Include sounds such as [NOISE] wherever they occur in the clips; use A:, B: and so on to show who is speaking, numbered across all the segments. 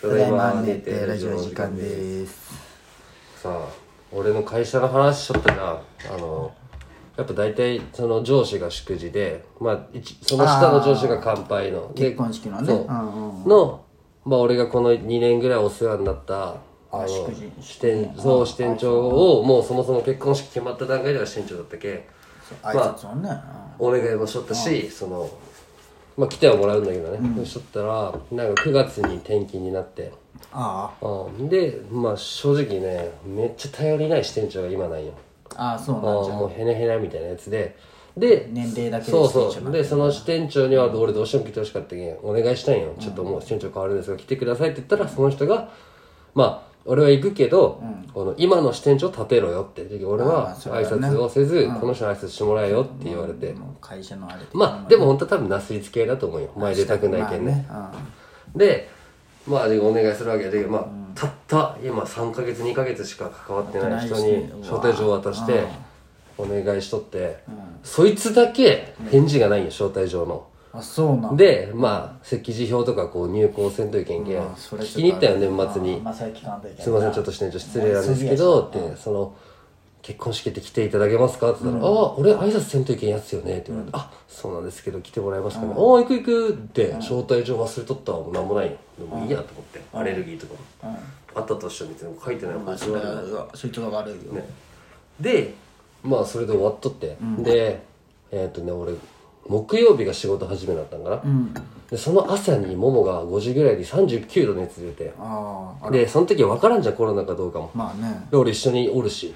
A: ただいま寝てラジオの時間です
B: さあ俺の会社の話しちょっとなあのやっぱ大体その上司が祝辞で、まあ、一その下の上司が乾杯ので
A: 結婚式のね
B: そう
A: うんうん
B: の、まあ、俺がこの2年ぐらいお世話になったあの
A: 祝辞
B: 支店そう支店長をもうそもそも結婚式決まった段階では支店長だったけ
A: 挨拶をね、
B: お願いもしとったし、そのまあ来てはもらうんだけどね、しとったらなんか9月に転勤になって
A: あ
B: うんでまあ正直ねめっちゃ頼りない支店長が今ないよ
A: あああそう
B: あ
A: なんじゃ
B: もうヘナヘナみたいなやつでで
A: 年齢だけで
B: そう
A: 支
B: そ
A: 店長
B: うでその支店長には俺どうしても来てほしかったけんお願いしたいんよちょっともう支店長変わるんですが来てくださいって言ったらその人がまあ俺は行くけど、この今の支店長立てろよって俺
A: あ
B: は
A: ーそれ
B: 挨
A: はね
B: 拶をせず、この人の挨拶してもらえよって言われて、
A: もう会社のあれで
B: まあでも本当は多分なすりつけだと思うよ前出たくないけんね
A: まあね
B: でまあでお願いするわけで、まあたった今3ヶ月2ヶ月しか関わってない人
A: やって
B: に
A: ない人に
B: 招待状を渡してお願いしとって、そいつだけ返事がないよ、招待状の。
A: うんあそうなん
B: でまあ席次表とかこう入稿せんといけんけん、
A: あそれちょっ
B: 聞
A: と
B: きに行ったよ年末に
A: まあそれ聞かんといけない
B: すいませんちょっと支店長失礼なんですけどって、その結婚式って来ていただけますかって言ったら「ああ俺挨拶せんといけんやつよね」って言われて「あそうなんですけど来てもらえますかね」ああ行く行く」って招待状忘れとったわもうなんもないよでもいいやと思って、アレルギーとかも、あったとしても別に書いてない
A: まあそれはそいつが悪いよ、
B: ねでまあそれで終わっとって、でえっ、とね俺木曜日が仕事始めだったんかな、でその朝にももが5時ぐらいで39度熱出て
A: ああ
B: でその時分からんじゃんコロナかどうかも、
A: まあね
B: で俺一緒におるし、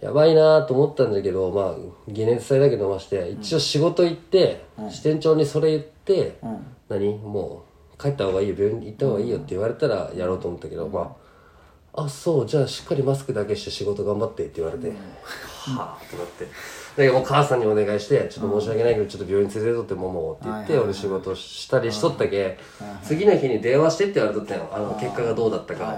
B: やばいなと思ったんだけどまあ解熱剤だけ飲まして一応仕事行って、支店長にそれ言って、何もう帰った方がいいよ病院に行った方がいいよって言われたらやろうと思ったけど、まああそうじゃあしっかりマスクだけして仕事頑張ってって言われて、はあってなってだけどもう母さんにお願いしてちょっと申し訳ないけどちょっと病院連れてとってももうって言って俺仕事したりしとったけ、次の日に電話してって言われとったよあの結果がどうだったか、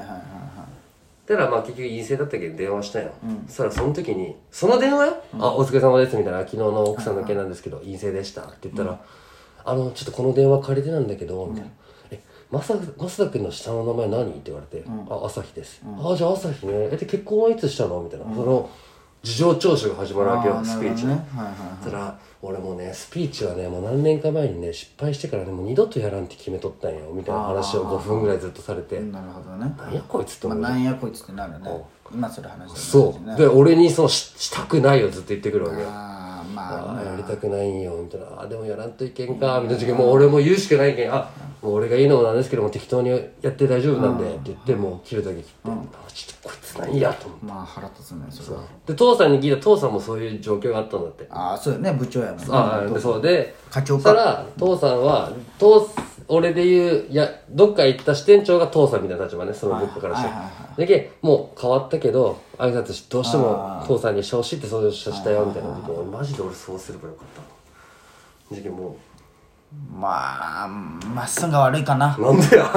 B: だからまあ結局陰性だったけど電話したよ、そしたらその時に「その電話よ、あお疲れ様です」みたいな「昨日の奥さんの件なんですけど陰性でした」って言ったら「あのちょっとこの電話借りてなんだけど」みたいな「えまさまさだ君の下の名前何?」って言われて「あ朝日です」あじゃあ朝日ねえで結婚はいつしたの?」みたいな、その事情聴取が始まるわけよスピーチの。
A: ねはいはい
B: そしたら俺もうねスピーチはねもう何年か前にね失敗してからねもう二度とやらんって決めとったんよみたいな話を5分ぐらいずっとされて
A: なるほどね
B: 「何やこいつ」って
A: まあ
B: 思う
A: なんやこいつってなるね今それ話して
B: そう。で、俺にそのし、したくないよ、ずっと言ってくるわけよ。
A: ああまあ
B: ああ、やりたくないんよ、みたいな。ああ、でもやらんといけんか、みたいな時もう俺も言うしかないけん、あ、もう俺が言うのもなんですけども、適当にやって大丈夫なんで、って言って、もう切るだけ切って、あちょっとこいつ何や、と思って。
A: まあ腹立つねそれは
B: で、父さんに聞いた父さんもそういう状況があったんだって。
A: ああそうよね部長やもんね
B: ああ、でそうで、
A: 課長
B: そ
A: か
B: したら、父さんは、父、俺で言う、いや、どっか行った支店長が父さんみたいな立場ね、その僕からして
A: はいはいは。
B: だけどもう変わったけど、挨拶し、どうしても父さんにしてほしいってそうしたよ、みたいなことを。マジで俺そうすればよかったの。だけども
A: まあまっすんが悪いかな
B: う、なんでや。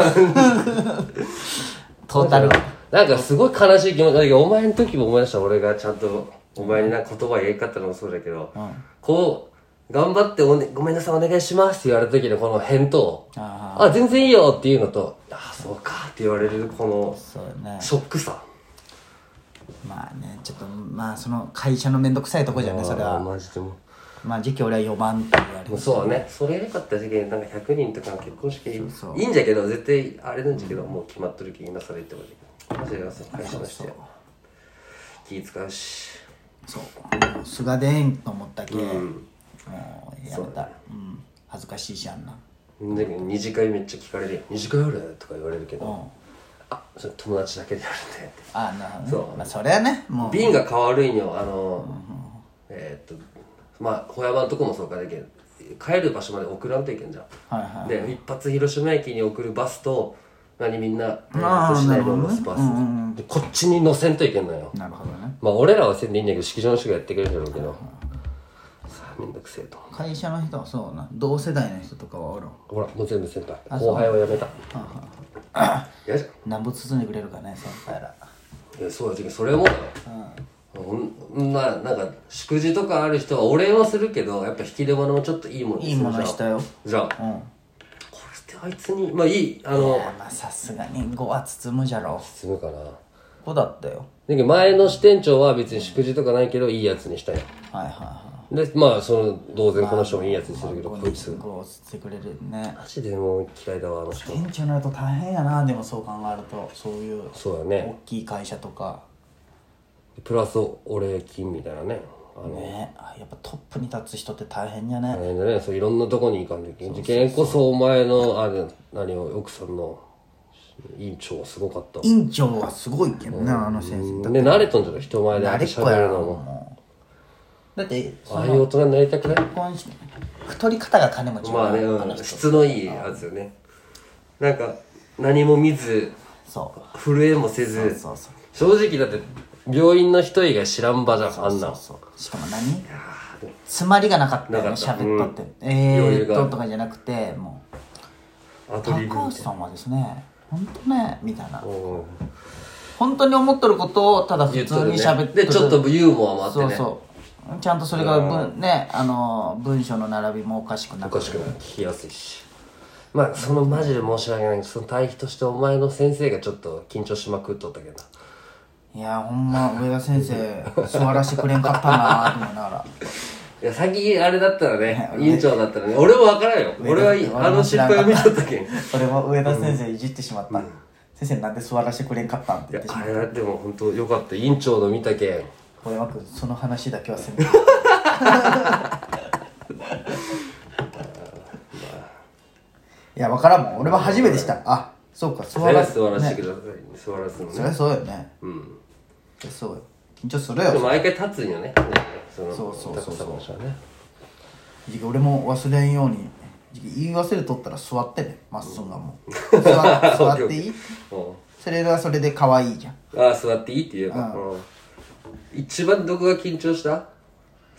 A: トータル
B: なんかすごい悲しい気持ちだけど、お前の時も思い出した俺がちゃんと、お前にな言葉言えんかったのもそうだけど、こう、頑張ってお、ね、ごめんなさいお願いしますって言われた時のこの返答。
A: あ
B: あ、全然いいよっていうのと、あ、そうかって言われるこの
A: そうよね
B: ショックさ。
A: まあねちょっとまあその会社の面倒くさいとこじゃねそれ
B: あー
A: は
B: マジでも
A: まあ次期俺は4番って言われ
B: う。
A: る
B: そうね、それが良かった時期なんか100人とかの結婚式
A: そう
B: いいんじゃけど、絶対あれなんじゃけど、もう決まっとる気になされってことで。マジでその会社の人や気使うし。
A: そう素が出んと思ったけ、もうやめたうん恥ずかしいしあんな
B: だけど二次会めっちゃ聞かれるよ「二次会ある?」とか言われるけど「
A: ん
B: あそれ友達だけでやるね」って
A: ああなるほどね
B: そう
A: まあそれはねもう
B: 瓶が変わるんよあの、えーっとまあ小山のとこもそうかだけど帰る場所まで送らんといけんじゃん、
A: はいは
B: で一発広島駅に送るバスと何みんな、え
A: あ
B: ー、
A: ー
B: 市内のバスバス、でこっちに乗せんといけんのよ
A: なるほどね
B: まあ俺らはせんでいいんだけど式場の人がやってくれるんだろうけど、さあめんどくせえと思う
A: 会社の人はそうな同世代の人とかはおろ
B: ほらもう全部先輩後輩はやめたやじゃん
A: なんぼ包んでくれるかね先輩ら
B: いやそうだけどそれもだよ、うん、ななんか祝辞とかある人はお礼はするけどやっぱ引き出物もちょっといいものに
A: いいものしたよ
B: じゃあ、
A: うん
B: これってあいつにまあいいあの
A: やまあさすがに5は包むじゃろ
B: 包むかなだ
A: 5だったよ
B: けど前の支店長は別に祝辞とかないけどいいやつにしたよ
A: はいはいは
B: でまあその当然この人もいいやつにするけ
A: い
B: ど
A: 5
B: こいつ
A: に5をしてくれるね
B: マジでもう嫌いだわあの人
A: 店長になると大変やなでもそう考えるとそういう
B: そうだ
A: 大
B: ね
A: きい会社とか
B: プラスお礼金みたいなねあの
A: ねあやっぱトップに立つ人って大変やね、
B: 大変だねそういろんなとこに行かんといけん受験こそお前のあれ何を奥さんの委員長はすごかった
A: 院長はすごいけどねあの先生
B: で慣れとんじゃろ人前で
A: あれっ
B: しゃ
A: こや
B: べ
A: な
B: るのも
A: もうだって
B: ああいう大人になりたくない
A: 結婚し太り方が金持ち
B: まあね、
A: あの
B: うん、
A: 人
B: 質のいいやつよねなんか何も見ず
A: そう
B: 震えもせ
A: そう
B: ず
A: そうそう
B: 正直だって病院の人以外知らん場じゃんあんな
A: そ
B: ん
A: うそうしかも何詰まりがなかったよね
B: なかった
A: 喋ったって、
B: うん
A: えーっ
B: 余裕
A: と
B: が
A: とかじゃなくてもう
B: アドリブ
A: 高橋さんはですね本当ねみたいな
B: うん
A: 本当に思っとることをただ
B: 言っ
A: 普通
B: とる
A: に喋っ
B: ね
A: て
B: で
A: る
B: ちょっとユーモアもあって
A: そう
B: ね
A: そうちゃんとそれが文ねあの文章の並びもおかしくな
B: お
A: く
B: かしくない聞きやすいしまあそのマジで申し訳ないけどその対比としてお前の先生がちょっと緊張しまくっとったけどない
A: やほんま上田先生座らせてくれんかったなと思いながら
B: いや先あれだったらね委員長だったらね俺も分からんよ [LAUGHS] 俺はいいあの失敗を見とったけんい
A: 俺は上田先生いじってしまった、先生なんで座らせてくれんかったんって言
B: や
A: ってしま
B: あ
A: っ
B: れはでも本当よかった委員長の見たけん
A: た小山君その話だけはせんで [LAUGHS] いや分からんもん俺は初めてしたあそうか座
B: 座ら
A: ら
B: せ
A: せ
B: 座らせて
A: ね
B: ください、座らせの
A: そ
B: ね
A: りゃそうよね
B: うん
A: そりゃそうよ緊張するよ
B: でも毎回立つんよねその
A: そうそうそうそう
B: 高さの場所はね
A: じき俺も忘れんようにじき言い忘れとったら座ってねまっすぐがもう座 [LAUGHS] 座っていいそれはそれで可愛いじゃん
B: ああ座っていいって言えば、うん一番どこが緊張した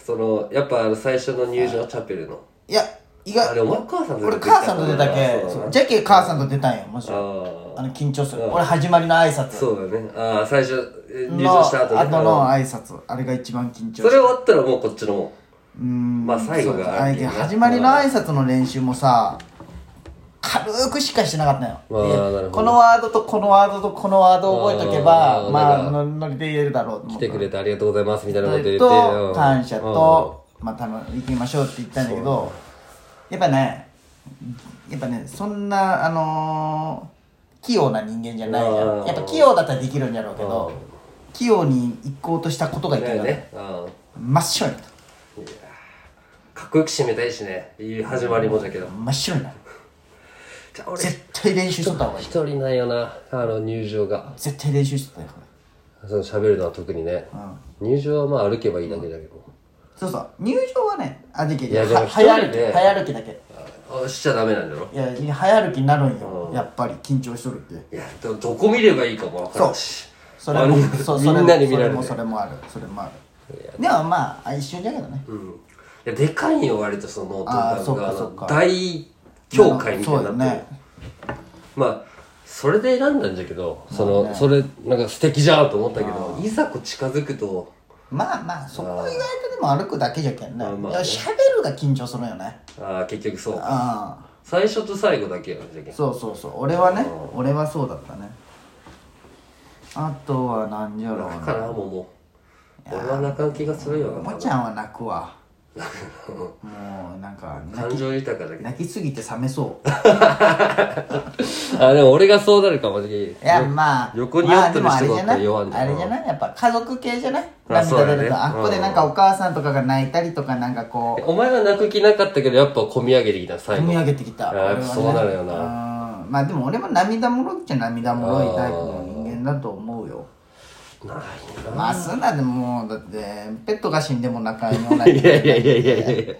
B: そのやっぱあの最初の入場チャペルの
A: いや意
B: あれ
A: 外
B: お前母さんと
A: 俺母さんと出たけ
B: そうだ
A: そう
B: な
A: ジャケ母さんと出たんよもちろんあ
B: あ
A: の緊張する俺始まりの挨
B: あ
A: 拶
B: そうだねああ最初え入
A: の
B: 場した後ね
A: 後の
B: あ
A: 挨拶あれが一番緊張
B: あ
A: し
B: そ
A: た
B: れ終わったらもうこっちのも
A: うーん
B: まあ最後が
A: そう
B: あ
A: あ
B: れだ
A: れで
B: よね
A: 始まりの挨拶の練習もさ軽くしかしてなかった
B: あーな
A: の
B: るほ
A: よ
B: ど
A: このワードとこのワードとこのワードを覚えとけば
B: あー
A: ま
B: だ
A: あ
B: から
A: ノリノリで言えるだろうと思
B: 来
A: って
B: くれてありがとうございますみたいなこと言ってう
A: と
B: ん
A: 感謝と、まあ多分行きましょうって言ったんだけどやっぱねやっぱねそんなあのー器用な人間じゃないじゃ
B: うん
A: んやっぱ器用だったらできるんじゃろうけど器用に行こうとしたことがいけ
B: だ
A: ない
B: よ
A: よ
B: ねうん
A: 真っ白になっ
B: かっこよく締めたいしねいい始まりもだけど
A: た真っ白になる
B: じゃあ俺
A: 絶対練習しとった方がいい
B: 一人なんよなあの入場が
A: 絶対練習しとった方がいい
B: その喋るのは特にね、入場はまあ歩けばいいだけだけど、
A: そうそう入場はねあできる
B: いやでも
A: は
B: 一人
A: 早歩き
B: で
A: 早歩きだけ
B: あしちゃダメなんだろ
A: いや早歩きになるんよやっぱり緊張しとるって
B: いやどどこ見ればいいかも分からんし
A: それも
B: あの
A: そう
B: み
A: それ
B: ん
A: も
B: なに見られる
A: それもそれもあるそれもあるでもまあ一緒じゃけどね
B: うんいやでかいよ割とその
A: あー
B: ドームが
A: そっかそっか
B: 大教会みたいになっ
A: そうよ
B: てる
A: ね
B: まあそれで選んだんじゃけどその、それなんか素敵じゃんと思ったけどいざこう近づくと
A: まあまあそこ意外とでも歩くだけじゃけんね
B: まあまあね
A: しゃべるが緊張するよね
B: あー結局そうか
A: ああ
B: 最初と最後だけやんじゃけん
A: そうそうそう俺はね俺はそうだったねあとは何じゃろう
B: だ
A: な
B: からもうもう俺は泣かん気がするよ
A: も
B: な
A: ちゃんは泣くわもうな
B: [LAUGHS]
A: んか
B: 感情豊かだけど
A: 泣きすぎて冷めそ
B: [LAUGHS]
A: う
B: あでも俺がそうなるかもしれ
A: いやまあ
B: 横に酔ってる人だった
A: まあ
B: ら
A: でも
B: 弱
A: あ
B: んじ
A: れじ
B: ゃん
A: ゃないあれじゃないやっぱ家族系じゃない
B: あそう
A: 涙
B: だね
A: 出るとあっこでなんかお母さんとかが泣いたりとかなんかこう
B: お前は泣く気なかったけどやっぱ込み上げてきた最
A: 込
B: 後
A: み上げてきた
B: あーやっぱそうなるよな
A: なまあでも俺も涙もろいっちゃ涙もろいタイプの人間だと思うよ
B: ない
A: まあすんなでもうだってペットが死んでも仲良いような
B: [LAUGHS] ないやいやいやいやいやいや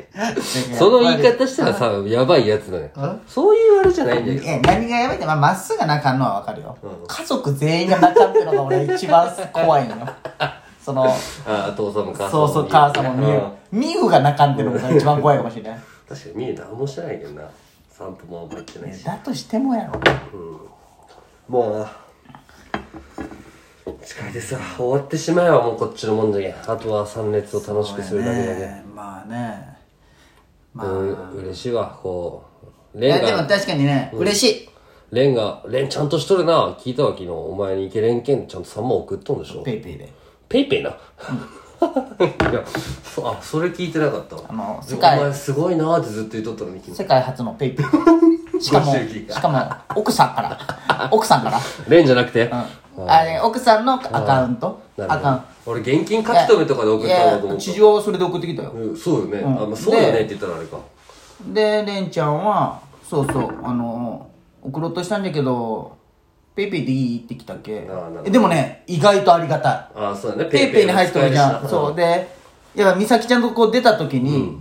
B: その言い方したらさやばいやつだねそういうあれじゃないんだけ
A: いや何がやばいってまあまっすぐ泣かんのはわかるよ、家族全員が泣かんってのが俺一番怖
B: [LAUGHS]
A: いのよその
B: どああ父さんも母さん
A: そうそう母さんも
B: 見え
A: みゆ
B: る
A: みゆが泣かんってのが一番怖いかもしれない
B: 確かに見え何もしてないけどな散歩もあんま行ってないし
A: だとしてもやろ
B: もう近いでさ終わってしまえばもうこっちのもんじゃけんあとは参列を楽しくするだけだけ
A: ねまあね
B: うん嬉しいわこう
A: い
B: レ
A: や
B: ン
A: でも
B: が、
A: 確かにね、嬉しい
B: レンが、レンちゃんとしとるな。聞いたわ、昨日。お前にゲレンケンちゃんと3万送っとんでしょ。
A: ペイペイで
B: ペイペイな。 [LAUGHS] いや、そあ、それ聞いてなかったわ。
A: あの
B: で
A: 世界
B: お前すごいなーってずっと言っとったのに、昨日
A: 世界初のペ
B: [LAUGHS]
A: イペイしかも
B: ご祝儀
A: しかも奥さ
B: [LAUGHS]
A: んから奥さんから
B: レンじゃなくて。
A: あれ奥さんのアカウント
B: なる
A: ア
B: ほど
A: カウン
B: 俺、現金書き留めとかで送ったのかと思
A: いや
B: っ
A: 父
B: た。
A: 親はそれで送ってきたよ
B: うんそうよね。あまあそうよね
A: で
B: って言ったらあれか。
A: でレンちゃんはそうそうあの送ろうとしたんだけどペイペイでいいって来たっけ
B: あーなるほど
A: えでもね意外とありがたい
B: あ、そうだね。
A: ペイペイに入ってるじゃん
B: う。
A: そうでいや美咲ちゃんとこう出た時に、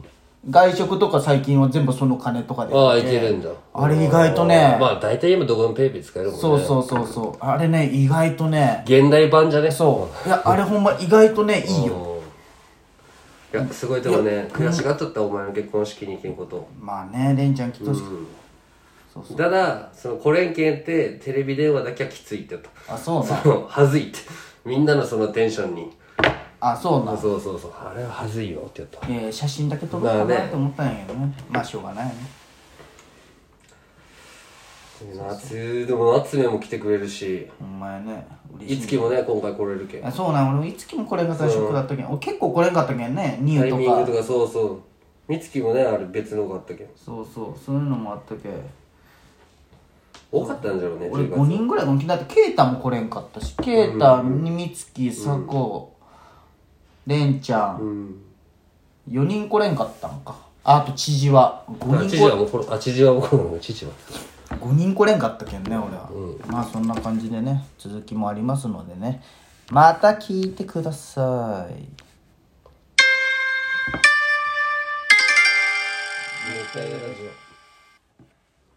A: 外食とか最近は全部その金とかで
B: ああ、いけるんだ。
A: あれ意外と
B: あ
A: ね
B: ーまあ、大体今どこでもペイペイ使えるもんね。
A: そうそうそうそうあれね意外とね
B: 現代版じゃね
A: そういやあれほんま意外とねいいよ
B: うんいやすごいでもね悔しがっとったお前の結婚式に行けんこと
A: まあねレンちゃんきっとし
B: ただそのこれんけんってテレビ電話だけはきついって言っ
A: あそう
B: た
A: な
B: そのはずいってみんなのそのテンションに
A: あそうな
B: そうそうそうあれははずいよって言った
A: いやいや写真だけ撮ろうか
B: まあ
A: な
B: ね
A: って思ったんやけどねまあしょうがないよね
B: 夏でも夏目も来てくれるし
A: お前ね嬉
B: い
A: し
B: つ
A: い
B: きもね今回来れるけん
A: あそうなん俺もいつきもこれが最初だったけん俺結構これんかったけんねニュ
B: タ
A: ー
B: イ
A: と
B: ミン
A: か
B: グとかそうそうみつきもねあれ別のがあったけん
A: そうそうそういうのもあったけん
B: 多かったんじゃろうね
A: 俺
B: 10
A: 5
B: 月
A: 人ぐらいのだってケイタも来れんかったしケイタみつきさこレンちゃ
B: うんん
A: 4人来れんかったんかああと知事は
B: あ
A: 5
B: 知事
A: 人来
B: はもうこれあ知事はもうこの知事は
A: 5人来れんかったけんね俺は、まあそんな感じでね続きもありますのでねまた聞いてください
B: もう一回やらじゃ